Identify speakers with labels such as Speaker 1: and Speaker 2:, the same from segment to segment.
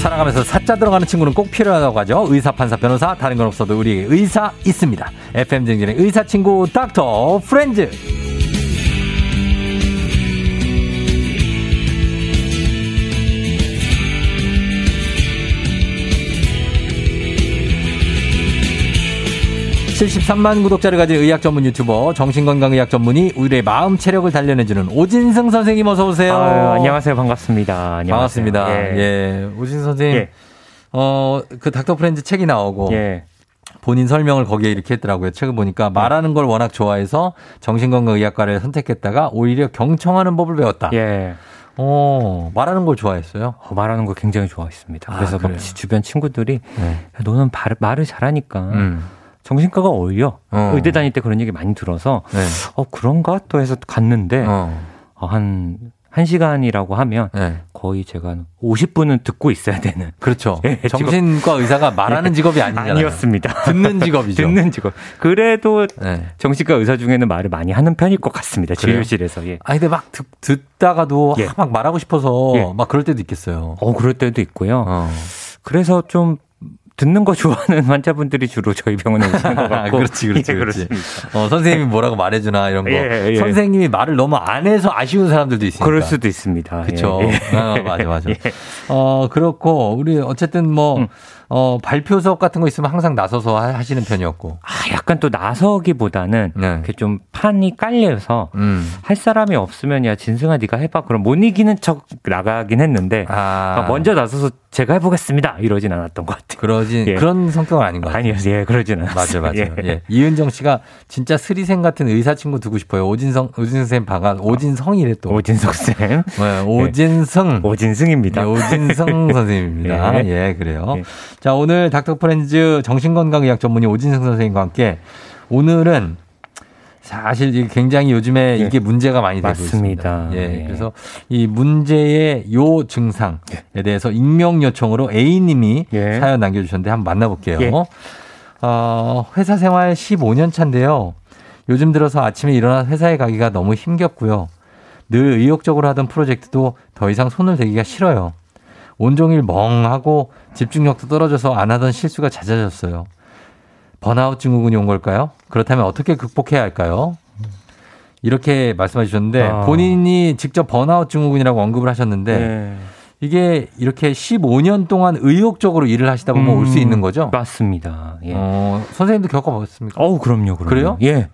Speaker 1: 살아가면서 사자 들어가는 친구는 꼭 필요하다고 하죠. 의사, 판사, 변호사, 다른 건 없어도 우리 의사 있습니다. FM 쟁진의 의사 친구 닥터 프렌즈. 칠십삼 만 구독자를 가진 의학 전문 유튜버 정신건강의학 전문의 우리의 마음 체력을 단련해주는 오진승 선생님 어서 오세요.
Speaker 2: 아유, 안녕하세요. 반갑습니다. 안녕하세요.
Speaker 1: 반갑습니다.
Speaker 2: 예.
Speaker 1: 예. 오진 선생님.
Speaker 2: 예.
Speaker 1: 어, 그 닥터 프렌즈 책이 나오고
Speaker 2: 예.
Speaker 1: 본인 설명을 거기에 이렇게 했더라고요. 책을 보니까 말하는 걸 워낙 좋아해서 정신건강의학과를 선택했다가 오히려 경청하는 법을 배웠다.
Speaker 2: 예.
Speaker 1: 어, 말하는 걸 좋아했어요.
Speaker 2: 어, 말하는 거 굉장히 좋아했습니다.
Speaker 1: 아,
Speaker 2: 그래서 막
Speaker 1: 그래요?
Speaker 2: 지- 주변 친구들이
Speaker 1: 네.
Speaker 2: 야, 너는 발- 말을 잘하니까
Speaker 1: 음.
Speaker 2: 정신과가 어울려.
Speaker 1: 어.
Speaker 2: 의대 다닐 때 그런 얘기 많이 들어서
Speaker 1: 네.
Speaker 2: 어 그런가 또 해서 갔는데
Speaker 1: 어.
Speaker 2: 어, 한 1시간이라고 하면
Speaker 1: 네.
Speaker 2: 거의 제가 한 50분은 듣고 있어야 되는
Speaker 1: 그렇죠.
Speaker 2: 예, 직업. 예.
Speaker 1: 정신과 의사가 말하는 직업이 아니잖아요.
Speaker 2: 아니었습니다.
Speaker 1: 듣는 직업이죠.
Speaker 2: 듣는 직업. 그래도
Speaker 1: 네.
Speaker 2: 정신과 의사 중에는 말을 많이 하는 편일 것 같습니다.
Speaker 1: 그래요?
Speaker 2: 진료실에서. 예.
Speaker 1: 아니 근데 막 듣, 듣다가도
Speaker 2: 예.
Speaker 1: 아, 막 말하고 싶어서
Speaker 2: 예.
Speaker 1: 막 그럴 때도 있겠어요.
Speaker 2: 어 그럴 때도 있고요.
Speaker 1: 어.
Speaker 2: 그래서 좀 듣는 거 좋아하는 환자분들이 주로 저희 병원에 오시는 것 같고
Speaker 1: 아, 그렇지, 그렇지,
Speaker 2: 예,
Speaker 1: 그렇지.
Speaker 2: 그렇습니다.
Speaker 1: 어, 선생님이 뭐라고 말해주나 이런 거.
Speaker 2: 예, 예.
Speaker 1: 선생님이 말을 너무 안 해서 아쉬운 사람들도 있으니까.
Speaker 2: 그럴 수도 있습니다.
Speaker 1: 그쵸.
Speaker 2: 예, 예.
Speaker 1: 아, 맞아, 맞아. 어, 그렇고, 우리 어쨌든 뭐,
Speaker 2: 음.
Speaker 1: 어, 발표 수업 같은 거 있으면 항상 나서서 하- 하시는 편이었고.
Speaker 2: 아, 약간 또 나서기보다는
Speaker 1: 네.
Speaker 2: 이렇게 좀 판이 깔려서
Speaker 1: 음.
Speaker 2: 할 사람이 없으면 야 진승아 네가 해봐 그럼 못 이기는 척 나가긴 했는데
Speaker 1: 아.
Speaker 2: 그러니까 먼저 나서서 제가 해보겠습니다 이러진 않았던 것 같아요.
Speaker 1: 그러지,
Speaker 2: 예.
Speaker 1: 그런 성격은 아닌 것 같아요.
Speaker 2: 아니요, 예, 그러진
Speaker 1: 맞아요,
Speaker 2: 않았어요.
Speaker 1: 맞아요. 예.
Speaker 2: 예.
Speaker 1: 이은정 씨가 진짜 스리생 같은 의사 친구 두고 싶어요. 오진성, 오진생 방안, 오진성이래 또.
Speaker 2: 오진석 예. 쌤,
Speaker 1: 네, 오진성.
Speaker 2: 오진승입니다.
Speaker 1: 네, 오진성 선생님입니다. 예,
Speaker 2: 예.
Speaker 1: 그래요.
Speaker 2: 예.
Speaker 1: 자, 오늘 닥터프렌즈 정신건강의학 전문의 오진성 선생님과 함께 오늘은 사실 이게 굉장히 요즘에 이게 문제가 많이 되고
Speaker 2: 네. 맞습니다.
Speaker 1: 있습니다. 예,
Speaker 2: 예.
Speaker 1: 그래서 이 문제의 요 증상에 대해서 익명 요청으로 A님이
Speaker 2: 예.
Speaker 1: 사연 남겨주셨는데 한번 만나볼게요.
Speaker 2: 예.
Speaker 1: 어, 회사 생활 15년 차인데요. 요즘 들어서 아침에 일어나 회사에 가기가 너무 힘겹고요. 늘 의욕적으로 하던 프로젝트도 더 이상 손을 대기가 싫어요. 온종일 멍하고 집중력도 떨어져서 안 하던 실수가 잦아졌어요. 번아웃 증후군이 온 걸까요? 그렇다면 어떻게 극복해야 할까요? 이렇게 말씀해 주셨는데
Speaker 2: 아.
Speaker 1: 본인이 직접 번아웃 증후군이라고 언급을 하셨는데
Speaker 2: 예.
Speaker 1: 이게 이렇게 15년 동안 의욕적으로 일을 하시다 보면 올 수
Speaker 2: 음,
Speaker 1: 있는 거죠?
Speaker 2: 맞습니다. 예.
Speaker 1: 어, 선생님도 겪어보셨습니까?
Speaker 2: 어우, 그럼요, 그럼요.
Speaker 1: 그래요?
Speaker 2: 예.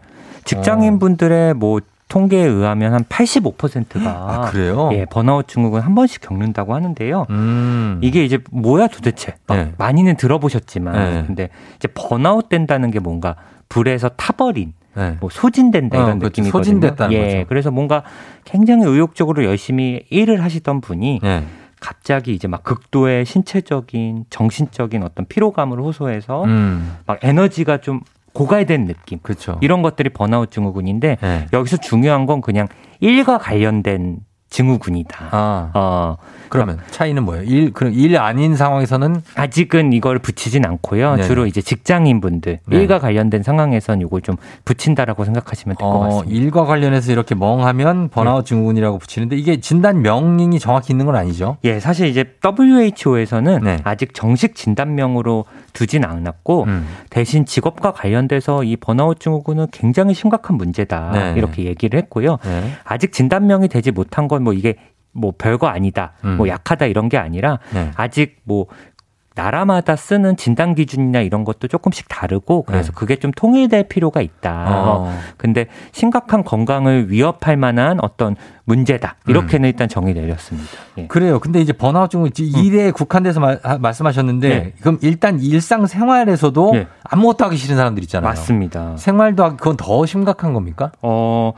Speaker 2: 직장인분들의 뭐 통계에 의하면 한 85%가
Speaker 1: 아, 그래요?
Speaker 2: 예, 번아웃 증후군 한 번씩 겪는다고 하는데요.
Speaker 1: 음.
Speaker 2: 이게 이제 뭐야 도대체? 막
Speaker 1: 네.
Speaker 2: 많이는 들어보셨지만
Speaker 1: 네.
Speaker 2: 근데 이제 번아웃 된다는 게 뭔가 불에서 타버린
Speaker 1: 네.
Speaker 2: 뭐 소진된다
Speaker 1: 어,
Speaker 2: 이런
Speaker 1: 그렇죠.
Speaker 2: 느낌이거든요.
Speaker 1: 소진됐다는
Speaker 2: 예,
Speaker 1: 거죠.
Speaker 2: 그래서 뭔가 굉장히 의욕적으로 열심히 일을 하시던 분이
Speaker 1: 네.
Speaker 2: 갑자기 이제 막 극도의 신체적인, 정신적인 어떤 피로감을 호소해서
Speaker 1: 음.
Speaker 2: 막 에너지가 좀 고갈된 느낌.
Speaker 1: 그렇죠.
Speaker 2: 어. 이런 것들이 번아웃 증후군인데
Speaker 1: 네.
Speaker 2: 여기서 중요한 건 그냥 일과 관련된 증후군이다.
Speaker 1: 아,
Speaker 2: 어,
Speaker 1: 그러면 차이는 뭐예요? 일, 그럼 일 아닌 상황에서는 어,
Speaker 2: 아직은 이걸 붙이진 않고요.
Speaker 1: 네.
Speaker 2: 주로 이제 직장인분들
Speaker 1: 네.
Speaker 2: 일과 관련된 상황에선 이걸 좀 붙인다라고 생각하시면 될 것
Speaker 1: 어,
Speaker 2: 같습니다.
Speaker 1: 일과 관련해서 이렇게 멍하면 번아웃 증후군이라고 붙이는데 이게 진단 명령이 정확히 있는 건 아니죠?
Speaker 2: 예, 사실 이제 WHO에서는
Speaker 1: 네.
Speaker 2: 아직 정식 진단명으로 두진 않았고
Speaker 1: 음.
Speaker 2: 대신 직업과 관련돼서 이 번아웃 증후군은 굉장히 심각한 문제다
Speaker 1: 네.
Speaker 2: 이렇게 얘기를 했고요.
Speaker 1: 네.
Speaker 2: 아직 진단명이 되지 못한 건 뭐 이게 뭐 별거 아니다,
Speaker 1: 음.
Speaker 2: 뭐 약하다 이런 게 아니라
Speaker 1: 네.
Speaker 2: 아직 뭐 나라마다 쓰는 진단 기준이나 이런 것도 조금씩 다르고 그래서 그게 좀 통일될 필요가 있다.
Speaker 1: 네. 어.
Speaker 2: 어. 근데 심각한 건강을 위협할 만한 어떤 문제다.
Speaker 1: 음.
Speaker 2: 이렇게는 일단 정의 내렸습니다. 예.
Speaker 1: 그래요. 근데 이제 번아웃 증후
Speaker 2: 음.
Speaker 1: 일에 국한돼서 말- 하- 말씀하셨는데
Speaker 2: 네.
Speaker 1: 그럼 일단 일상 생활에서도
Speaker 2: 네.
Speaker 1: 아무것도 하기 싫은 사람들 있잖아요.
Speaker 2: 맞습니다.
Speaker 1: 생활도 하기 그건 더 심각한 겁니까?
Speaker 2: 어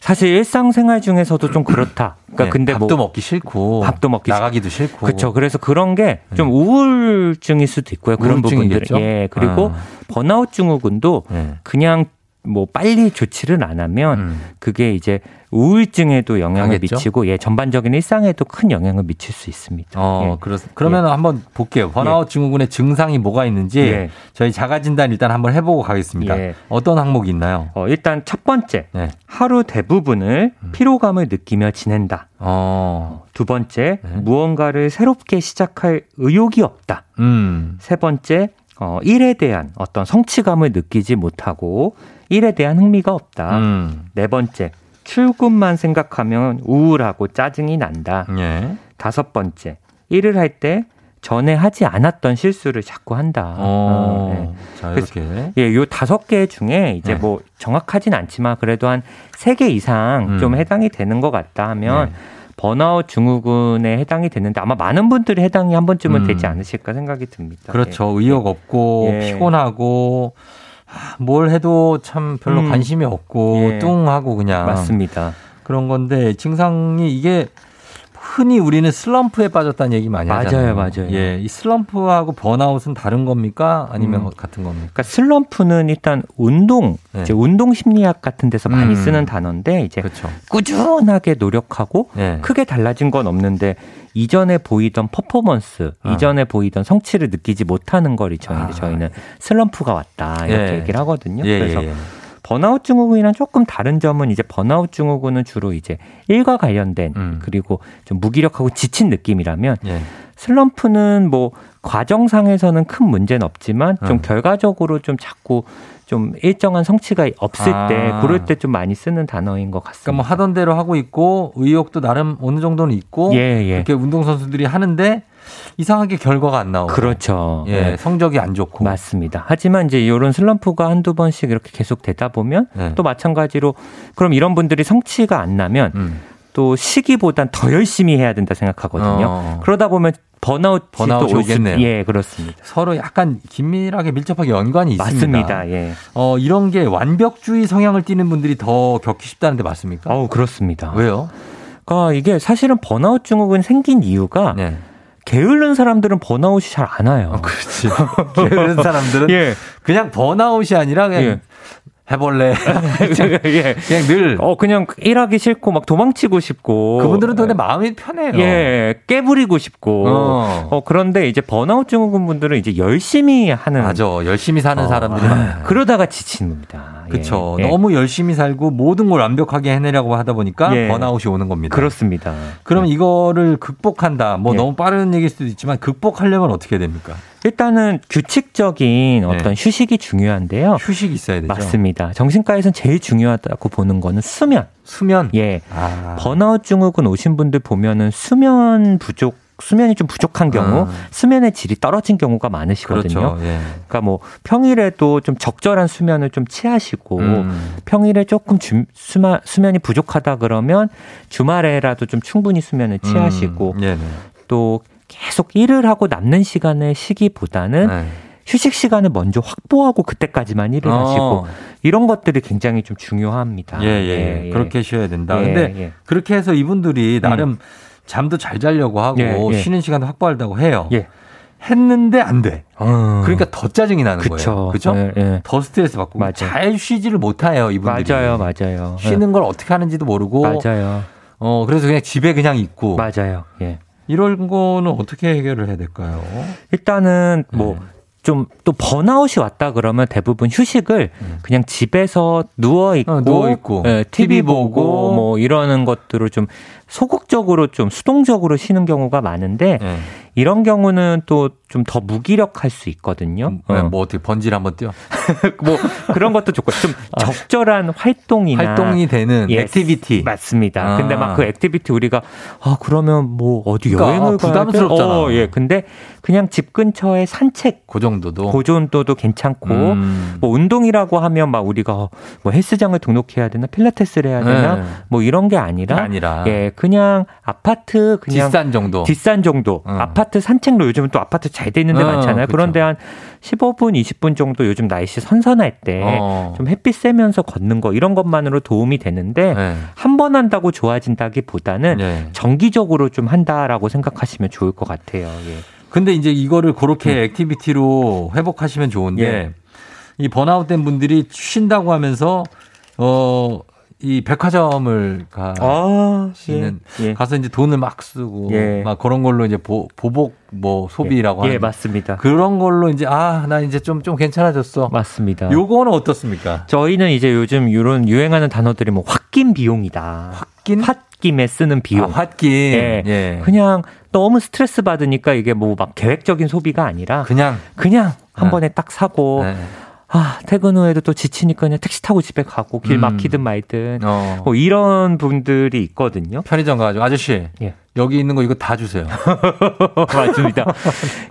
Speaker 2: 사실 일상생활 중에서도 좀 그렇다. 그러니까
Speaker 1: 네,
Speaker 2: 근데
Speaker 1: 밥도
Speaker 2: 뭐
Speaker 1: 먹기 싫고
Speaker 2: 밥도 먹기
Speaker 1: 나가기도 싫고 네.
Speaker 2: 그렇죠. 그래서 그런 게 좀 우울증일 수도 있고요. 그런 부분들.
Speaker 1: 우울증이겠죠?
Speaker 2: 예. 그리고
Speaker 1: 아.
Speaker 2: 번아웃 증후군도
Speaker 1: 네.
Speaker 2: 그냥 뭐 빨리 조치를 안 하면
Speaker 1: 음.
Speaker 2: 그게 이제 우울증에도 영향을
Speaker 1: 가겠죠?
Speaker 2: 미치고 예 전반적인 일상에도 큰 영향을 미칠 수 있습니다.
Speaker 1: 어,
Speaker 2: 예.
Speaker 1: 그렇, 그러면 한번 볼게요. 번아웃 증후군의 증상이 뭐가 있는지
Speaker 2: 예.
Speaker 1: 저희 자가진단 일단 한번 해보고 가겠습니다.
Speaker 2: 예.
Speaker 1: 어떤 항목이 있나요?
Speaker 2: 어, 일단 첫 번째
Speaker 1: 네.
Speaker 2: 하루 대부분을
Speaker 1: 음.
Speaker 2: 피로감을 느끼며 지낸다.
Speaker 1: 어,
Speaker 2: 두 번째
Speaker 1: 네.
Speaker 2: 무언가를 새롭게 시작할 의욕이 없다.
Speaker 1: 음,
Speaker 2: 세 번째 어, 일에 대한 어떤 성취감을 느끼지 못하고 일에 대한 흥미가 없다.
Speaker 1: 음,
Speaker 2: 네 번째 출근만 생각하면 우울하고 짜증이 난다.
Speaker 1: 예.
Speaker 2: 다섯 번째 일을 할 때 전에 하지 않았던 실수를 자꾸 한다. 어, 네.
Speaker 1: 어, 자,
Speaker 2: 그래서-
Speaker 1: 이렇게.
Speaker 2: 예, 요 다섯 개 중에 이제
Speaker 1: 네.
Speaker 2: 뭐 정확하진 않지만 그래도 한 세 개 이상 좀
Speaker 1: 음.
Speaker 2: 해당이 되는 것 같다 하면
Speaker 1: 네.
Speaker 2: 번아웃 증후군에 해당이 되는데 아마 많은 분들이 해당이 한 번쯤은
Speaker 1: 음.
Speaker 2: 되지 않으실까 생각이 듭니다.
Speaker 1: 그렇죠. 의욕 없고,
Speaker 2: 예.
Speaker 1: 피곤하고, 아, 뭘 해도 참 별로
Speaker 2: 음.
Speaker 1: 관심이 없고,
Speaker 2: 예.
Speaker 1: 뚱하고
Speaker 2: 예,
Speaker 1: 그냥.
Speaker 2: 맞습니다.
Speaker 1: 그런 건데, 증상이 이게 흔히 우리는 슬럼프에 빠졌다는 얘기 많이
Speaker 2: 맞아요,
Speaker 1: 하잖아요.
Speaker 2: 맞아요.
Speaker 1: 예, 이 슬럼프하고 번아웃은 다른 겁니까? 아니면
Speaker 2: 음.
Speaker 1: 같은 겁니까?
Speaker 2: 그러니까 슬럼프는 일단 운동,
Speaker 1: 네.
Speaker 2: 이제 운동 심리학 같은 데서 많이
Speaker 1: 음.
Speaker 2: 쓰는 단어인데 이제
Speaker 1: 그렇죠.
Speaker 2: 꾸준하게 노력하고
Speaker 1: 예.
Speaker 2: 예. 크게 달라진 건 없는데 이전에 보이던 퍼포먼스,
Speaker 1: 아.
Speaker 2: 이전에 보이던 성취를 느끼지 못하는 걸 저희는
Speaker 1: 아.
Speaker 2: 저희는 슬럼프가 왔다 이렇게
Speaker 1: 예.
Speaker 2: 얘기를 하거든요.
Speaker 1: 예,
Speaker 2: 그래서
Speaker 1: 예, 예.
Speaker 2: 번아웃 증후군이랑 조금 다른 점은 이제 번아웃 증후군은 주로 이제 일과 관련된
Speaker 1: 음.
Speaker 2: 그리고 좀 무기력하고 지친 느낌이라면
Speaker 1: 예.
Speaker 2: 슬럼프는 뭐 과정상에서는 큰 문제는 없지만 좀
Speaker 1: 음.
Speaker 2: 결과적으로 좀 자꾸 좀 일정한 성취가 없을
Speaker 1: 아.
Speaker 2: 때 그럴 때 좀 많이 쓰는 단어인 것
Speaker 1: 그러니까 뭐
Speaker 2: 같습니다.
Speaker 1: 하던 대로 하고 있고 의욕도 나름 어느 정도는 있고
Speaker 2: 예, 예.
Speaker 1: 뭐 이렇게 운동 선수들이 하는데 이상하게 결과가 안 나오고
Speaker 2: 그렇죠.
Speaker 1: 예,
Speaker 2: 네,
Speaker 1: 성적이 안 좋고
Speaker 2: 맞습니다. 하지만 이제 이런 슬럼프가 한두 번씩 이렇게 계속 되다 보면
Speaker 1: 예.
Speaker 2: 또 마찬가지로 그럼 이런 분들이 성취가 안 나면
Speaker 1: 음.
Speaker 2: 또 시기보단 더 열심히 해야 된다 생각하거든요.
Speaker 1: 어.
Speaker 2: 그러다 보면 번아웃이
Speaker 1: 번아웃이
Speaker 2: 또올 수-
Speaker 1: 오겠네요.
Speaker 2: 예, 그렇습니다.
Speaker 1: 서로 약간 긴밀하게 밀접하게 연관이 있습니다.
Speaker 2: 맞습니다. 예.
Speaker 1: 어, 이런 게 완벽주의 성향을 띠는 분들이 더 겪기 쉽다는데 맞습니까?
Speaker 2: 어우, 그렇습니다.
Speaker 1: 왜요?
Speaker 2: 그러니까 이게 사실은 번아웃 증후군 생긴 이유가
Speaker 1: 네.
Speaker 2: 게으른 사람들은 번아웃이 잘 안 와요.
Speaker 1: 그렇지. 게으른 사람들은
Speaker 2: 그렇죠. 예.
Speaker 1: 그냥 번아웃이 아니라 그냥
Speaker 2: 예.
Speaker 1: 해볼래.
Speaker 2: 예.
Speaker 1: 그냥 늘
Speaker 2: 어 그냥 일하기 싫고 막 도망치고 싶고
Speaker 1: 그분들은 또 근데 마음이 편해요.
Speaker 2: 예, 깨부리고 싶고.
Speaker 1: 어.
Speaker 2: 어, 그런데 이제 번아웃 증후군 분들은 이제 열심히 하는
Speaker 1: 맞아. 열심히 사는
Speaker 2: 어,
Speaker 1: 사람들이
Speaker 2: 아,
Speaker 1: 많아요.
Speaker 2: 그러다가 지치는 겁니다. 예,
Speaker 1: 그렇죠.
Speaker 2: 예.
Speaker 1: 너무 열심히 살고 모든 걸 완벽하게 해내려고 하다 보니까
Speaker 2: 예.
Speaker 1: 번아웃이 오는 겁니다.
Speaker 2: 그렇습니다.
Speaker 1: 럼 이거를 극복한다. 뭐
Speaker 2: 예.
Speaker 1: 너무 빠른 얘기일 수도 있지만 극복하려면 어떻게 해야 됩니까?
Speaker 2: 일단은 규칙적인 어떤 휴식이 중요한데요.
Speaker 1: 네. 휴식이 있어야 되죠.
Speaker 2: 맞습니다. 정신과에서는 제일 중요하다고 보는 거는 수면.
Speaker 1: 수면.
Speaker 2: 예.
Speaker 1: 아.
Speaker 2: 번아웃 증후군 오신 분들 보면은 수면 부족, 수면이 좀 부족한 경우,
Speaker 1: 아.
Speaker 2: 수면의 질이 떨어진 경우가 많으시거든요.
Speaker 1: 그렇죠. 예.
Speaker 2: 그러니까 뭐 평일에도 좀 적절한 수면을 좀 취하시고
Speaker 1: 음.
Speaker 2: 평일에 조금 주, 수마, 수면이 부족하다 그러면 주말에라도 좀 충분히 수면을 취하시고
Speaker 1: 음. 예. 네.
Speaker 2: 또 계속 일을 하고 남는 시간의 시기보다는
Speaker 1: 네.
Speaker 2: 휴식 시간을 먼저 확보하고 그때까지만 일을 하시고
Speaker 1: 어.
Speaker 2: 이런 것들이 굉장히 좀 중요합니다.
Speaker 1: 예, 예, 그렇게 쉬어야 된다.
Speaker 2: 아, 예,
Speaker 1: 근데
Speaker 2: 예.
Speaker 1: 그렇게 해서 이분들이 나름 잠도 잘 자려고 하고
Speaker 2: 예, 예.
Speaker 1: 쉬는 시간도 확보한다고 해요.
Speaker 2: 예.
Speaker 1: 했는데 안 돼.
Speaker 2: 어.
Speaker 1: 그러니까 더 짜증이 나는 거예요.
Speaker 2: 그쵸.
Speaker 1: 그렇죠?
Speaker 2: 예, 예.
Speaker 1: 더 스트레스 받고
Speaker 2: 맞아요.
Speaker 1: 잘 쉬지를 못해요 이분들이
Speaker 2: 맞아요, 맞아요.
Speaker 1: 쉬는 뭐 걸 어떻게 하는지도 모르고
Speaker 2: 예. 맞아요,
Speaker 1: 어 그래서 그냥 집에 그냥 있고
Speaker 2: 맞아요. 예.
Speaker 1: 이런 거는 어떻게 해결을 해야 될까요?
Speaker 2: 일단은
Speaker 1: 네.
Speaker 2: 뭐 좀 또 번아웃이 왔다 그러면 대부분 휴식을
Speaker 1: 음.
Speaker 2: 그냥 집에서 누워 있고,
Speaker 1: 어, 누워 있고, TV
Speaker 2: TV 보고
Speaker 1: 보고.
Speaker 2: 뭐 이러는 것들을 좀 소극적으로 좀 수동적으로 쉬는 경우가 많은데
Speaker 1: 예.
Speaker 2: 이런 경우는 또 좀 더 무기력할 수 있거든요.
Speaker 1: 네,
Speaker 2: 어.
Speaker 1: 뭐 어떻게 번지를 한번 뛰어
Speaker 2: 뭐 그런 것도 좋고 좀 적절한 활동이나
Speaker 1: 아. 활동이 되는
Speaker 2: 예,
Speaker 1: 액티비티
Speaker 2: 맞습니다.
Speaker 1: 아.
Speaker 2: 근데 막 그 액티비티 우리가 아 그러면 뭐 어디
Speaker 1: 그러니까,
Speaker 2: 여행을
Speaker 1: 아,
Speaker 2: 가야 돼?
Speaker 1: 부담스럽잖아.
Speaker 2: 어, 예. 근데 그냥 집 근처에 산책
Speaker 1: 그 정도도
Speaker 2: 고존도도 괜찮고
Speaker 1: 음.
Speaker 2: 뭐 운동이라고 하면 막 우리가 뭐 헬스장을 등록해야 되나 필라테스를 해야 되나
Speaker 1: 네.
Speaker 2: 뭐 이런 게 아니라
Speaker 1: 아니라
Speaker 2: 예 그냥 아파트 그냥
Speaker 1: 뒷산 정도
Speaker 2: 뒷산 정도
Speaker 1: 음.
Speaker 2: 아파트 산책로 요즘은 또 아파트 잘 돼 있는 데
Speaker 1: 음,
Speaker 2: 많잖아요.
Speaker 1: 그쵸.
Speaker 2: 그런데 한 15분 20분 정도 요즘 날씨 선선할 때 좀
Speaker 1: 어.
Speaker 2: 햇빛 쐬면서 걷는 거 이런 것만으로 도움이 되는데
Speaker 1: 예.
Speaker 2: 한 번 한다고 좋아진다기보다는
Speaker 1: 예.
Speaker 2: 정기적으로 좀 한다라고 생각하시면 좋을 것 같아요. 예. 네. 예.
Speaker 1: 근데 이제 이거를 그렇게 액티비티로 회복하시면 좋은데 이 번아웃된 분들이 쉰다고 하면서 어. 이 백화점을 가
Speaker 2: 아,
Speaker 1: 있는
Speaker 2: 예.
Speaker 1: 가서 이제 돈을 막 쓰고
Speaker 2: 예.
Speaker 1: 막 그런 걸로 이제 보, 보복 뭐 소비라고
Speaker 2: 예,
Speaker 1: 하는
Speaker 2: 맞습니다.
Speaker 1: 그런 걸로 이제 아 나 이제 좀 좀 괜찮아졌어.
Speaker 2: 맞습니다.
Speaker 1: 요거는 어떻습니까?
Speaker 2: 저희는 이제 요즘 이런 유행하는 단어들이 뭐 홧김 비용이다.
Speaker 1: 홧김?
Speaker 2: 홧김에 쓰는
Speaker 1: 아,
Speaker 2: 비용.
Speaker 1: 홧김.
Speaker 2: 예.
Speaker 1: 예.
Speaker 2: 그냥 너무 스트레스 받으니까 이게 뭐 막 계획적인 소비가 아니라
Speaker 1: 그냥
Speaker 2: 그냥 한
Speaker 1: 아.
Speaker 2: 번에 딱 사고
Speaker 1: 예.
Speaker 2: 아 퇴근 후에도 또 지치니까 그냥 택시 타고 집에 가고 길
Speaker 1: 음.
Speaker 2: 막히든 말든
Speaker 1: 어.
Speaker 2: 뭐 이런 분들이 있거든요.
Speaker 1: 편의점 가가지고 아저씨
Speaker 2: 예.
Speaker 1: 여기 있는 거 이거 다 주세요.
Speaker 2: 맞습니다.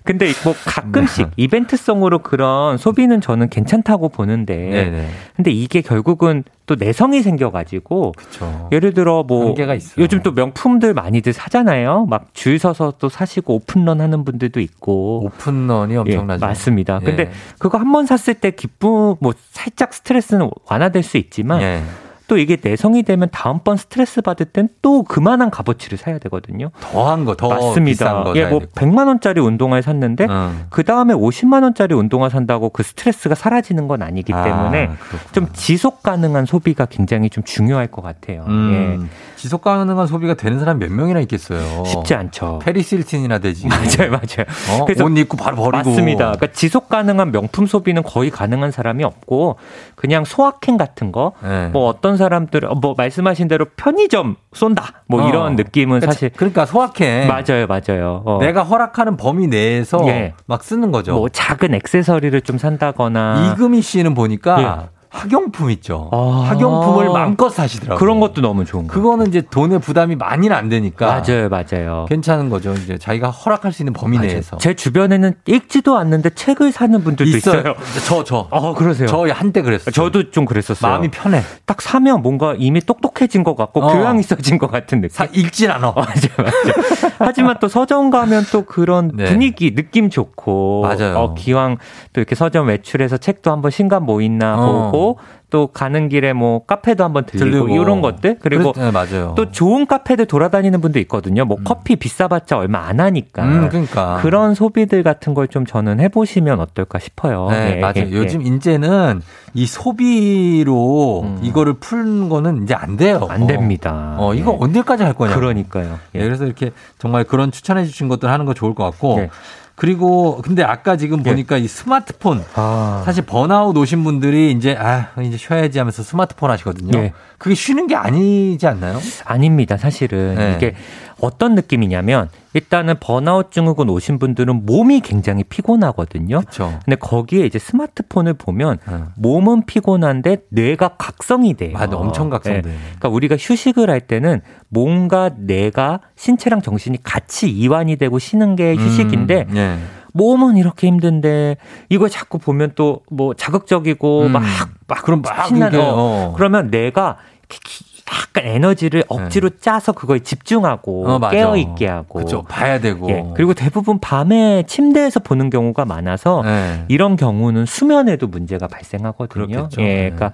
Speaker 2: 근데 뭐
Speaker 1: 음.
Speaker 2: 가끔씩 이벤트성으로 그런 소비는 저는 괜찮다고 보는데
Speaker 1: 네네.
Speaker 2: 근데 이게 결국은 또 내성이 생겨가지고
Speaker 1: 그렇죠.
Speaker 2: 예를 들어 뭐
Speaker 1: 한계가 있어요.
Speaker 2: 요즘 또 명품들 많이들 사잖아요. 막 줄 서서 또 사시고 오픈런 하는 분들도 있고.
Speaker 1: 오픈런이
Speaker 2: 예,
Speaker 1: 엄청나죠.
Speaker 2: 맞습니다.
Speaker 1: 예.
Speaker 2: 근데 그거 한 번 샀을 때 기쁨 뭐 살짝 스트레스는 완화될 수 있지만
Speaker 1: 예.
Speaker 2: 또 이게 내성이 되면 다음번 스트레스 받을 땐 또 그만한 값어치를 사야 되거든요.
Speaker 1: 더한 거, 더 비싼
Speaker 2: 맞습니다.
Speaker 1: 거.
Speaker 2: 예,
Speaker 1: 사야
Speaker 2: 뭐
Speaker 1: 되고. 어.
Speaker 2: 100만 원짜리 운동화를 샀는데
Speaker 1: 응.
Speaker 2: 그 다음에 50만 원짜리 운동화 산다고 그 스트레스가 사라지는 건 아니기
Speaker 1: 아,
Speaker 2: 때문에
Speaker 1: 그렇구나.
Speaker 2: 좀 지속 가능한 소비가 굉장히 좀 중요할 것 같아요.
Speaker 1: 음, 지속 가능한 소비가 되는 사람 몇 명이나 있겠어요.
Speaker 2: 예. 쉽지 않죠.
Speaker 1: 페리스 일틴이나 되지.
Speaker 2: 맞아요, 맞아요.
Speaker 1: 어?
Speaker 2: 그래서-
Speaker 1: 옷 입고 바로 버리고.
Speaker 2: 맞습니다. 그러니까 지속 가능한 명품 소비는 거의 가능한 사람이 없고 그냥 소확행 같은 거.
Speaker 1: 예.
Speaker 2: 뭐 어떤 사람들은 어, 뭐 말씀하신 대로 편의점 쏜다 뭐
Speaker 1: 어.
Speaker 2: 이런 느낌은
Speaker 1: 그러니까
Speaker 2: 사실
Speaker 1: 그러니까 소확행.
Speaker 2: 맞아요 맞아요 어.
Speaker 1: 내가 허락하는 범위 내에서
Speaker 2: 예.
Speaker 1: 막 쓰는 거죠.
Speaker 2: 뭐 작은 액세서리를 좀 산다거나
Speaker 1: 이금희 씨는 보니까 학용품 있죠.
Speaker 2: 예. 아.
Speaker 1: 학용품을 마음껏 사시더라고요.
Speaker 2: 그런 것도 너무 좋은 거
Speaker 1: 그거는 이제 돈의 부담이 많이는 안 되니까
Speaker 2: 맞아요 맞아요
Speaker 1: 괜찮은 거죠. 이제 자기가 허락할 수 있는 범위
Speaker 2: 맞아요.
Speaker 1: 내에서
Speaker 2: 제 주변에는 읽지도 않는데 책을 사는 분들도 있어요.
Speaker 1: 저 저.
Speaker 2: 어 그러세요? 아,
Speaker 1: 저 한때 그랬어요.
Speaker 2: 도좀 그랬었어요.
Speaker 1: 마음이 편해.
Speaker 2: 딱 사면 뭔가 이미 똑똑해진 것 같고
Speaker 1: 어.
Speaker 2: 교양 있어진 것 같은 느낌.
Speaker 1: 사, 읽진 않아.
Speaker 2: 그 맞아, 맞아. 하지만 또 서점 가면 또 그런
Speaker 1: 네.
Speaker 2: 분위기, 느낌 좋고.
Speaker 1: 맞아요.
Speaker 2: 어, 기왕 또 이렇게 서점 외출해서 책도 한번 신간 뭐 있나
Speaker 1: 어.
Speaker 2: 보고 또 가는 길에 뭐 카페도 한번 들리고, 이런 것들. 그리고
Speaker 1: 그랬- 네, 맞아요.
Speaker 2: 또 좋은 카페들 돌아다니는 분도 있거든요. 뭐 커피 비싸봤자 얼마 안 하니까.
Speaker 1: 음, 그러니까.
Speaker 2: 그런 소비들 같은 걸 좀 저는 해보시면 어떨까 싶어요.
Speaker 1: 네,
Speaker 2: 예,
Speaker 1: 맞아요.
Speaker 2: 예,
Speaker 1: 요즘 이제는 이 소비로
Speaker 2: 음.
Speaker 1: 이거를 푸는 거는 이제 안 돼요.
Speaker 2: 예. 안 됩니다.
Speaker 1: 어, 이거
Speaker 2: 예.
Speaker 1: 언제까지 할 거냐.
Speaker 2: 그러니까요. 예.
Speaker 1: 네, 그래서 이렇게 정말 그런 추천해 주신 것들 하는 거 좋을 것 같고.
Speaker 2: 예.
Speaker 1: 그리고 근데 아까 지금
Speaker 2: 예.
Speaker 1: 보니까 이 스마트폰
Speaker 2: 아,
Speaker 1: 사실 번아웃 오신 분들이 이제 아 이제 쉬어야지 하면서 스마트폰 하시거든요.
Speaker 2: 예.
Speaker 1: 그게 쉬는 게 아니지 않나요?
Speaker 2: 아닙니다. 사실은
Speaker 1: 네.
Speaker 2: 이게 어떤 느낌이냐면 일단은 번아웃 증후군 오신 분들은 몸이 굉장히 피곤하거든요.
Speaker 1: 그렇죠.
Speaker 2: 근데 거기에 이제 스마트폰을 보면
Speaker 1: 응.
Speaker 2: 몸은 피곤한데 뇌가 각성이 돼요.
Speaker 1: 어. 맞아, 엄청 각성돼.
Speaker 2: 예. 그러니까 우리가 휴식을 할 때는 뭔가 내가 신체랑 정신이 같이 이완이 되고 쉬는 게 휴식인데
Speaker 1: 음, 예.
Speaker 2: 몸은 이렇게 힘든데 이걸 자꾸 보면 또 뭐 자극적이고
Speaker 1: 음.
Speaker 2: 막, 막
Speaker 1: 그럼 막 이게,
Speaker 2: 신나는 어,
Speaker 1: 어.
Speaker 2: 그러면 내가 이렇게 기- 약간 에너지를 억지로 짜서 그거에 집중하고
Speaker 1: 네. 어, 맞아.
Speaker 2: 깨어 있게 하고
Speaker 1: 그렇죠. 봐야 되고.
Speaker 2: 예. 그리고 대부분 밤에 침대에서 보는 경우가 많아서
Speaker 1: 예.
Speaker 2: 이런 경우는 수면에도 문제가 발생하거든요.
Speaker 1: 그렇겠죠.
Speaker 2: 예, 그러니까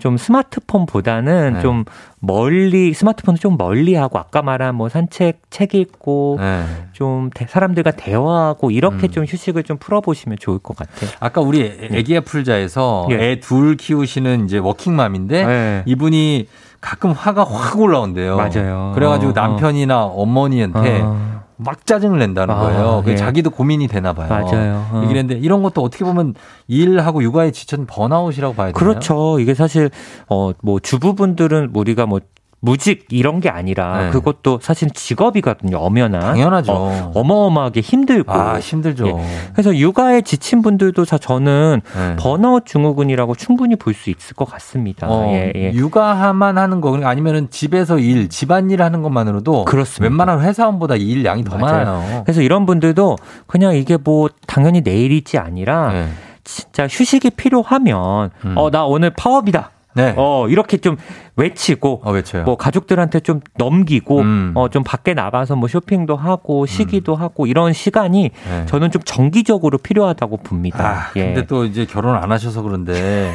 Speaker 2: 좀 스마트폰보다는
Speaker 1: 네.
Speaker 2: 좀 멀리 스마트폰을 좀 멀리하고 아까 말한 뭐 산책 책 읽고
Speaker 1: 예.
Speaker 2: 좀 대- 사람들과 대화하고 이렇게
Speaker 1: 음.
Speaker 2: 좀 휴식을 좀 풀어보시면 좋을 것 같아요.
Speaker 1: 아까 우리 애- 애기야 풀자에서
Speaker 2: 예.
Speaker 1: 애 둘 키우시는 이제 워킹맘인데
Speaker 2: 네.
Speaker 1: 이분이 가끔 화가 확 올라온대요.
Speaker 2: 맞아요.
Speaker 1: 그래가지고
Speaker 2: 어,
Speaker 1: 남편이나 어머니한테
Speaker 2: 아,
Speaker 1: 막 짜증을 낸다는
Speaker 2: 아,
Speaker 1: 거예요. 그게
Speaker 2: 예.
Speaker 1: 자기도 고민이 되나 봐요.
Speaker 2: 맞아요. 어.
Speaker 1: 얘기를 했는데 이런 것도 어떻게 보면 일하고 육아에 지친 번아웃이라고 봐야 되나요?
Speaker 2: 그렇죠. 이게 사실 어 뭐 주부분들은 우리가 뭐 무직 이런 게 아니라
Speaker 1: 네.
Speaker 2: 그것도 사실 직업이거든요. 엄연한
Speaker 1: 당연하죠.
Speaker 2: 어, 마어마하게 힘들고.
Speaker 1: 아 힘들죠.
Speaker 2: 예. 그래서 육아에 지친 분들도 사 저는
Speaker 1: 예.
Speaker 2: 번아웃 증후군이라고 충분히 볼 수 있을 것 같습니다.
Speaker 1: 어,
Speaker 2: 예, 예.
Speaker 1: 육아만 하는 거 그러니까 아니면은 집에서 일, 집안일 하는 것만으로도 어,
Speaker 2: 그렇습니다.
Speaker 1: 웬만한 회사원보다 일 양이 더
Speaker 2: 맞아요.
Speaker 1: 많아요.
Speaker 2: 그래서 이런 분들도 그냥 이게 뭐 당연히 내일이지 아니라
Speaker 1: 네.
Speaker 2: 진짜 휴식이 필요하면
Speaker 1: 음.
Speaker 2: 어 나 오늘 파업이다.
Speaker 1: 네. 어,
Speaker 2: 어 이렇게 좀 외치고
Speaker 1: 외쳐요.
Speaker 2: 뭐 가족들한테 좀 넘기고
Speaker 1: 음.
Speaker 2: 어 좀 밖에 나가서 뭐 쇼핑도 하고 쉬기도 하고 이런 시간이
Speaker 1: 네.
Speaker 2: 저는 좀 정기적으로 필요하다고 예. 봅니다.
Speaker 1: 아, 근데 또 이제 결혼 안 하셔서 그런데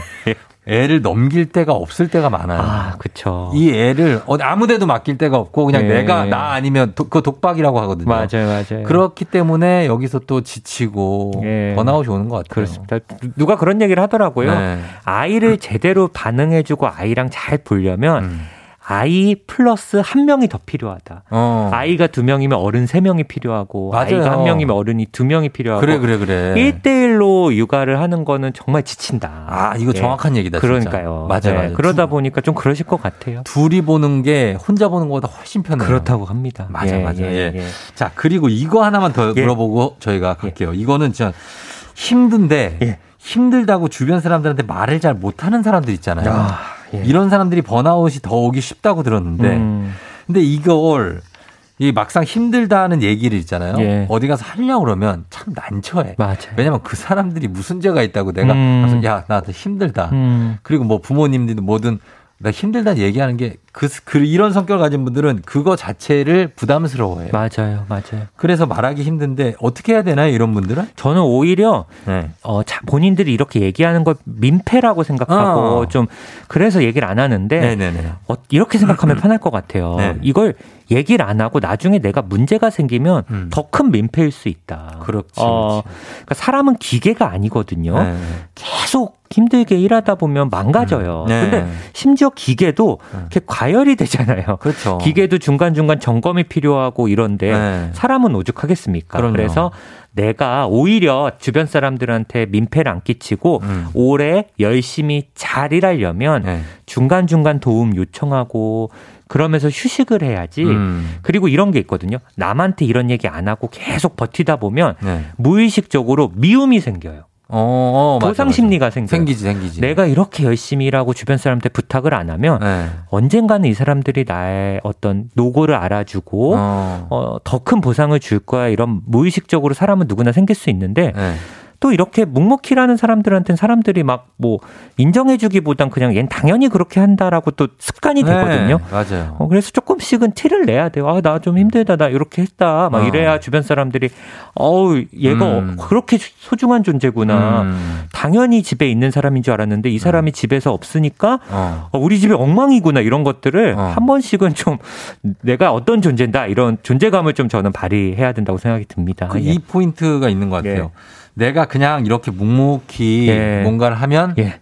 Speaker 1: 애를 넘길 때가 없을 때가 많아요.
Speaker 2: 예. 아, 그쵸.
Speaker 1: 이 애를 어디 아무데도 맡길 데가 없고 그냥
Speaker 2: 네.
Speaker 1: 내가 나 아니면 도- 그거 독박이라고 하거든요.
Speaker 2: 맞아요, 맞아요.
Speaker 1: 그렇기 때문에 여기서 또 지치고
Speaker 2: 예.
Speaker 1: 번아웃이 오는 것 같아요.
Speaker 2: 그렇습니다. 누- 누가 그런 얘기를 하더라고요.
Speaker 1: 네.
Speaker 2: 아이를 제대로 반응해주고 아이랑 잘 보려면
Speaker 1: 음.
Speaker 2: 아이 플러스 한 명이 더 필요하다.
Speaker 1: 어.
Speaker 2: 아이가 두 명이면 어른 세 명이 필요하고
Speaker 1: 맞아요.
Speaker 2: 이가한 명이면 어른이 두 명이 필요하고
Speaker 1: 그래 그래 그래.
Speaker 2: 1대1로 육아를 하는 거는 정말 지친다.
Speaker 1: 아 이거
Speaker 2: 예.
Speaker 1: 정확한 얘기다. 진짜.
Speaker 2: 그러니까요.
Speaker 1: 맞아
Speaker 2: 네,
Speaker 1: 맞아.
Speaker 2: 그러다 보니까 좀 그러실 것 같아요.
Speaker 1: 둘이 보는 게 혼자 보는 것보다 훨씬 편해요.
Speaker 2: 그렇다고 합니다.
Speaker 1: 네. 맞아,
Speaker 2: 예,
Speaker 1: 맞아.
Speaker 2: 예,
Speaker 1: 예.
Speaker 2: 예.
Speaker 1: 자 그리고 이거 하나만 더
Speaker 2: 예.
Speaker 1: 물어보고 저희가 갈게요. 이거는 진짜 힘든데
Speaker 2: 예.
Speaker 1: 힘들다고 주변 사람들한테 말을 잘 못하는 사람들 있잖아요.
Speaker 2: 아, 예.
Speaker 1: 이런 사람들이 번아웃이 더 오기 쉽다고 들었는데
Speaker 2: 음,
Speaker 1: 근데 이걸 이 막상 힘들다는 얘기를 있잖아요.
Speaker 2: 예.
Speaker 1: 어디 가서 하려고 그러면 참 난처해.
Speaker 2: 맞아요.
Speaker 1: 왜냐면 그 사람들이 무슨 죄가 있다고 내가
Speaker 2: 음.
Speaker 1: 가서 야, 나 힘들다.
Speaker 2: 음,
Speaker 1: 그리고 뭐 부모님들도 뭐든 나 힘들다는 얘기하는 게 그 그, 이런 성격을 가진 분들은 그거 자체를 부담스러워해요.
Speaker 2: 맞아요, 맞아요.
Speaker 1: 그래서 말하기 힘든데 어떻게 해야 되나요? 이런 분들은?
Speaker 2: 저는 오히려
Speaker 1: 네.
Speaker 2: 어, 자, 본인들이 이렇게 얘기하는 걸 민폐라고 생각하고
Speaker 1: 어.
Speaker 2: 좀 그래서 얘기를 안 하는데
Speaker 1: 네, 네, 네.
Speaker 2: 어, 이렇게 생각하면 편할 것 같아요.
Speaker 1: 네.
Speaker 2: 이걸 얘기를 안 하고 나중에 내가 문제가 생기면
Speaker 1: 음.
Speaker 2: 더 큰 민폐일 수 있다.
Speaker 1: 그렇지,
Speaker 2: 어,
Speaker 1: 그렇지.
Speaker 2: 그러니까 사람은 기계가 아니거든요.
Speaker 1: 네.
Speaker 2: 계속 힘들게 일하다 보면 망가져요.
Speaker 1: 음. 네.
Speaker 2: 근데 심지어 기계도 이렇게 과열이 되잖아요.
Speaker 1: 그렇죠.
Speaker 2: 기계도 중간중간 점검이 필요하고 이런데
Speaker 1: 네.
Speaker 2: 사람은 오죽하겠습니까?
Speaker 1: 그럼요.
Speaker 2: 래서 내가 오히려 주변 사람들한테 민폐를 안 끼치고
Speaker 1: 음.
Speaker 2: 오래 열심히 잘 일하려면
Speaker 1: 네.
Speaker 2: 중간중간 도움 요청하고 그러면서 휴식을 해야지.
Speaker 1: 음.
Speaker 2: 그리고 이런 게 있거든요. 남한테 이런 얘기 안 하고 계속 버티다 보면
Speaker 1: 네.
Speaker 2: 무의식적으로 미움이 생겨요.
Speaker 1: 어, 어, 맞아,
Speaker 2: 보상
Speaker 1: 맞아.
Speaker 2: 심리가 생겨요.
Speaker 1: 생기지, 생기지.
Speaker 2: 내가 이렇게 열심히 일하고 주변 사람한테 부탁을 안 하면
Speaker 1: 네.
Speaker 2: 언젠가는 이 사람들이 나의 어떤 노고를 알아주고
Speaker 1: 어.
Speaker 2: 어, 더 큰 보상을 줄 거야 이런 무의식적으로 사람은 누구나 생길 수 있는데
Speaker 1: 네.
Speaker 2: 또 이렇게 묵묵히라는 사람들한테는 사람들이 막 뭐 인정해주기보단 그냥 얜 당연히 그렇게 한다라고 또 습관이 되거든요.
Speaker 1: 네, 맞아요.
Speaker 2: 어, 그래서 조금씩은 티를 내야 돼요. 아, 나 좀 힘들다. 나 이렇게 했다. 막
Speaker 1: 어.
Speaker 2: 이래야 주변 사람들이, 어우, 얘가
Speaker 1: 음.
Speaker 2: 그렇게 소중한 존재구나.
Speaker 1: 음.
Speaker 2: 당연히 집에 있는 사람인 줄 알았는데 이 사람이 집에서 없으니까
Speaker 1: 어.
Speaker 2: 어, 우리 집에 엉망이구나 이런 것들을
Speaker 1: 어.
Speaker 2: 한 번씩은 좀 내가 어떤 존재다 이런 존재감을 좀 저는 발휘해야 된다고 생각이 듭니다.
Speaker 1: 그
Speaker 2: 예.
Speaker 1: 이 포인트가 있는 것 같아요. 내가 그냥 이렇게 묵묵히
Speaker 2: 예.
Speaker 1: 뭔가를 하면
Speaker 2: 예.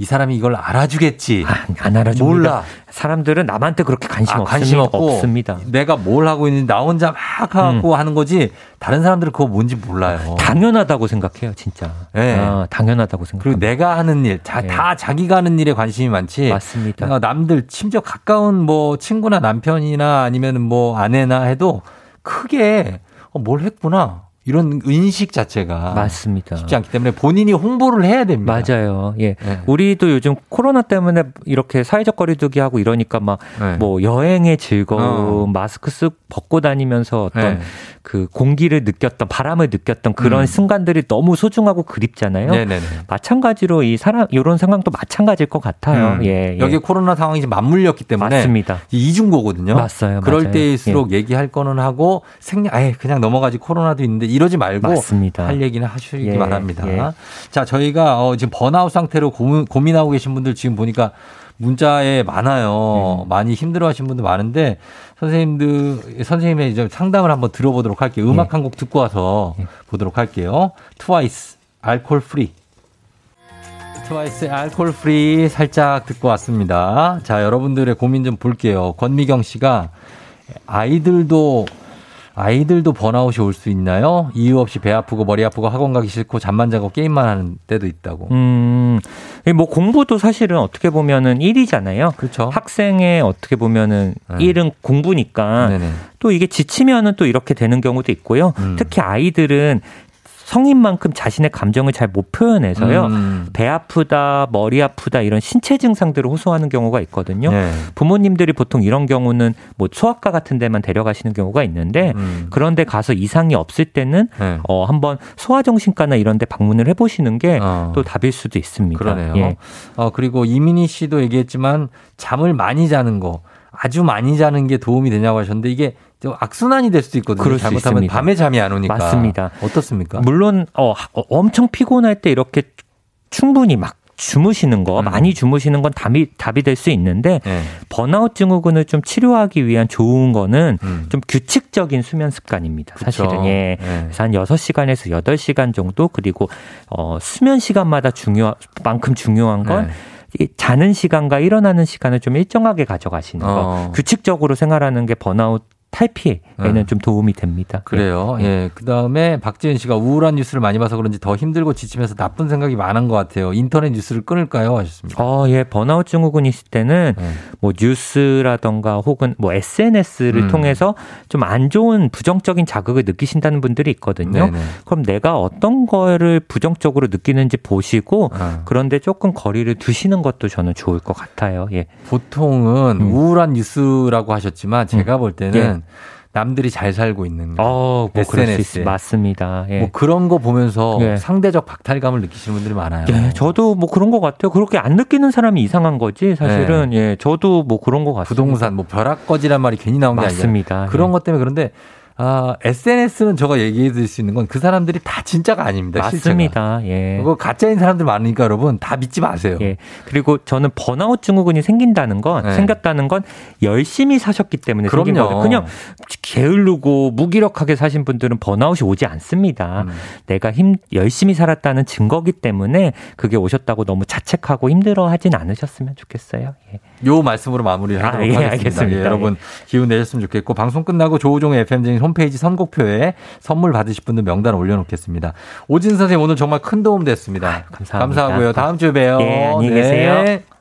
Speaker 1: 이 사람이 이걸 알아주겠지.
Speaker 2: 아, 안 알아줍니다.
Speaker 1: 몰라.
Speaker 2: 사람들은 남한테 그렇게 관심,
Speaker 1: 아,
Speaker 2: 없습니다.
Speaker 1: 관심 없고
Speaker 2: 없습니다. 음.
Speaker 1: 내가 뭘 하고 있는지 나 혼자 막 하고 하는 거지 다른 사람들은 그거 뭔지 몰라요.
Speaker 2: 당연하다고 생각해요, 진짜.
Speaker 1: 어. 예.
Speaker 2: 아, 당연하다고 생각.
Speaker 1: 그리고 내가 하는 일, 자,
Speaker 2: 예.
Speaker 1: 다 자기가 하는 일에 관심이 많지.
Speaker 2: 맞습니다.
Speaker 1: 그러니까 남들 심지어 가까운 뭐 친구나 남편이나 아니면 뭐 아내나 해도 크게 어, 뭘 했구나 이런 인식 자체가
Speaker 2: 맞습니다.
Speaker 1: 아, 쉽지 않기 때문에 본인이 홍보를 해야 됩니다.
Speaker 2: 맞아요. 예.
Speaker 1: 네.
Speaker 2: 우리도 요즘 코로나 때문에 이렇게 사회적 거리두기 하고 이러니까 막 뭐
Speaker 1: 네.
Speaker 2: 여행의 즐거움,
Speaker 1: 어.
Speaker 2: 마스크 쓱 벗고 다니면서 어떤
Speaker 1: 네.
Speaker 2: 그 공기를 느꼈던 바람을 느꼈던 그런
Speaker 1: 음.
Speaker 2: 순간들이 너무 소중하고 그립잖아요.
Speaker 1: 네네네.
Speaker 2: 마찬가지로 이 사람 이런 상황도 마찬가지일 것 같아요.
Speaker 1: 음.
Speaker 2: 예, 예.
Speaker 1: 여기 코로나 상황이 지금 맞물렸기 때문에
Speaker 2: 맞습니다.
Speaker 1: 이 이중고거든요.
Speaker 2: 맞아요.
Speaker 1: 그럴
Speaker 2: 맞아요. 예.
Speaker 1: 때일수록 얘기할 거는 하고 생략, 아예 그냥 넘어가지 코로나도 있는데 이러지 말고
Speaker 2: 맞습니다.
Speaker 1: 할 얘기는 하시기
Speaker 2: 예,
Speaker 1: 바랍니다.
Speaker 2: 예.
Speaker 1: 자, 저희가 어, 지금 번아웃 상태로 고민, 고민하고 계신 분들 지금 보니까 문자에 많아요.
Speaker 2: 예.
Speaker 1: 많이 힘들어하신 분들 많은데 선생님들 선생님의 이제 상담을 한번 들어보도록 할게요.
Speaker 2: 예.
Speaker 1: 음악 한 곡 듣고 와서 보도록 할게요. 트와이스 알콜 프리. 트와이스 알콜 프리 살짝 듣고 왔습니다. 자, 여러분들의 고민 좀 볼게요. 권미경 씨가 아이들도 아이들도 번아웃이 올 수 있나요? 이유 없이 배 아프고 머리 아프고 학원 가기 싫고 잠만 자고 게임만 하는 때도 있다고.
Speaker 2: 음, 이뭐 공부도 사실은 어떻게 보면은 일이잖아요.
Speaker 1: 그렇죠.
Speaker 2: 학생의 어떻게 보면은
Speaker 1: 네.
Speaker 2: 일은 공부니까
Speaker 1: 음. 네네.
Speaker 2: 또 이게 지치면은 또 이렇게 되는 경우도 있고요.
Speaker 1: 음.
Speaker 2: 특히 아이들은 성인만큼 자신의 감정을 잘 못 표현해서요.
Speaker 1: 음.
Speaker 2: 배 아프다, 머리 아프다 이런 신체 증상들을 호소하는 경우가 있거든요.
Speaker 1: 네.
Speaker 2: 부모님들이 보통 이런 경우는 뭐 소아과 같은 데만 데려가시는 경우가 있는데
Speaker 1: 음.
Speaker 2: 그런데 가서 이상이 없을 때는
Speaker 1: 네.
Speaker 2: 어 한번 소아정신과나 이런 데 방문을 해 보시는 게 또
Speaker 1: 어.
Speaker 2: 답일 수도 있습니다.
Speaker 1: 그러네요.
Speaker 2: 예.
Speaker 1: 어, 그리고 이민희 씨도 얘기했지만 잠을 많이 자는 거 아주 많이 자는 게 도움이 되냐고 하셨는데 이게 좀 악순환이 될 수도 있거든요.
Speaker 2: 그럴 수
Speaker 1: 잘못하면
Speaker 2: 있습니다.
Speaker 1: 밤에 잠이 안 오니까.
Speaker 2: 맞습니다.
Speaker 1: 그러니까 어떻습니까?
Speaker 2: 물론 어 하- 어, 엄청 피곤할 때 이렇게 충분히 막 주무시는 거,
Speaker 1: 음.
Speaker 2: 많이 주무시는 건 답이, 답이 될 수 있는데,
Speaker 1: 예.
Speaker 2: 번아웃 증후군을 좀 치료하기 위한 좋은 거는
Speaker 1: 음.
Speaker 2: 좀 규칙적인 수면 습관입니다. 사실은.
Speaker 1: 그렇죠.
Speaker 2: 예.
Speaker 1: 예.
Speaker 2: 그래서 한 6시간에서 8시간 정도 그리고 어 수면 시간마다 중요 만큼 중요한 건
Speaker 1: 네.
Speaker 2: 이 자는 시간과 일어나는 시간을 좀 일정하게 가져가시는 거.
Speaker 1: 어,
Speaker 2: 규칙적으로 생활하는 게 번아웃 탈피에는
Speaker 1: 네.
Speaker 2: 좀 도움이 됩니다.
Speaker 1: 그래요.
Speaker 2: 네.
Speaker 1: 예. 그 다음에 박지은 씨가 우울한 뉴스를 많이 봐서 그런지 더 힘들고 지치면서 나쁜 생각이 많은 것 같아요. 인터넷 뉴스를 끊을까요? 하셨습니다.
Speaker 2: 어, 예, 번아웃 증후군 있을 때는
Speaker 1: 예.
Speaker 2: 뭐 뉴스라던가 혹은 뭐 SNS를
Speaker 1: 음.
Speaker 2: 통해서 좀 안 좋은 부정적인 자극을 느끼신다는 분들이 있거든요.
Speaker 1: 네네.
Speaker 2: 그럼 내가 어떤 거를 부정적으로 느끼는지 보시고
Speaker 1: 아.
Speaker 2: 그런데 조금 거리를 두시는 것도 저는 좋을 것 같아요. 예.
Speaker 1: 보통은
Speaker 2: 음. 예.
Speaker 1: 우울한 뉴스라고 하셨지만 제가 볼 때는 남들이 잘 살고 있는 거.
Speaker 2: 어, 뭐 그럴 수
Speaker 1: SNS.
Speaker 2: 있어요. 맞습니다. 예.
Speaker 1: 뭐 그런 거 보면서
Speaker 2: 예.
Speaker 1: 상대적 박탈감을 느끼시는 분들이 많아요.
Speaker 2: 예, 저도 뭐 그런 것 같아요. 그렇게 안 느끼는 사람이 이상한 거지, 사실은. 예, 저도 뭐 그런 것 같아요.
Speaker 1: 네. 부동산 뭐 벼락거지란 말이 괜히 나온 게 아니라
Speaker 2: 맞습니다.
Speaker 1: 그런
Speaker 2: 예.
Speaker 1: 것 때문에 그런데 아, SNS는 제가 얘기해 드릴 수 있는 건 그 사람들이 다 진짜가 아닙니다. 실체가.
Speaker 2: 맞습니다. 예.
Speaker 1: 그거 가짜인 사람들 많으니까 여러분 다 믿지 마세요.
Speaker 2: 예. 그리고 저는 번아웃 증후군이 생긴다는 건,
Speaker 1: 예.
Speaker 2: 생겼다는 건 열심히 사셨기 때문에 생긴 거죠.
Speaker 1: 그럼요.
Speaker 2: 그냥 게으르고 무기력하게 사신 분들은 번아웃이 오지 않습니다.
Speaker 1: 음.
Speaker 2: 내가 힘 열심히 살았다는 증거기 때문에 그게 오셨다고 너무 자책하고 힘들어하진 않으셨으면 좋겠어요. 예.
Speaker 1: 요 말씀으로 마무리하도록
Speaker 2: 아, 예,
Speaker 1: 하겠습니다.
Speaker 2: 알겠습니다.
Speaker 1: 예, 여러분 기운 내셨으면 좋겠고 방송 끝나고 조우종의 FM쟁이 홈페이지 선곡표에 선물 받으실 분들 명단 올려놓겠습니다. 오진 선생님 오늘 정말 큰 도움 됐습니다.
Speaker 2: 아, 감사합니다.
Speaker 1: 고요 네. 다음 주에 봬요.
Speaker 2: 예, 안녕히 계세요.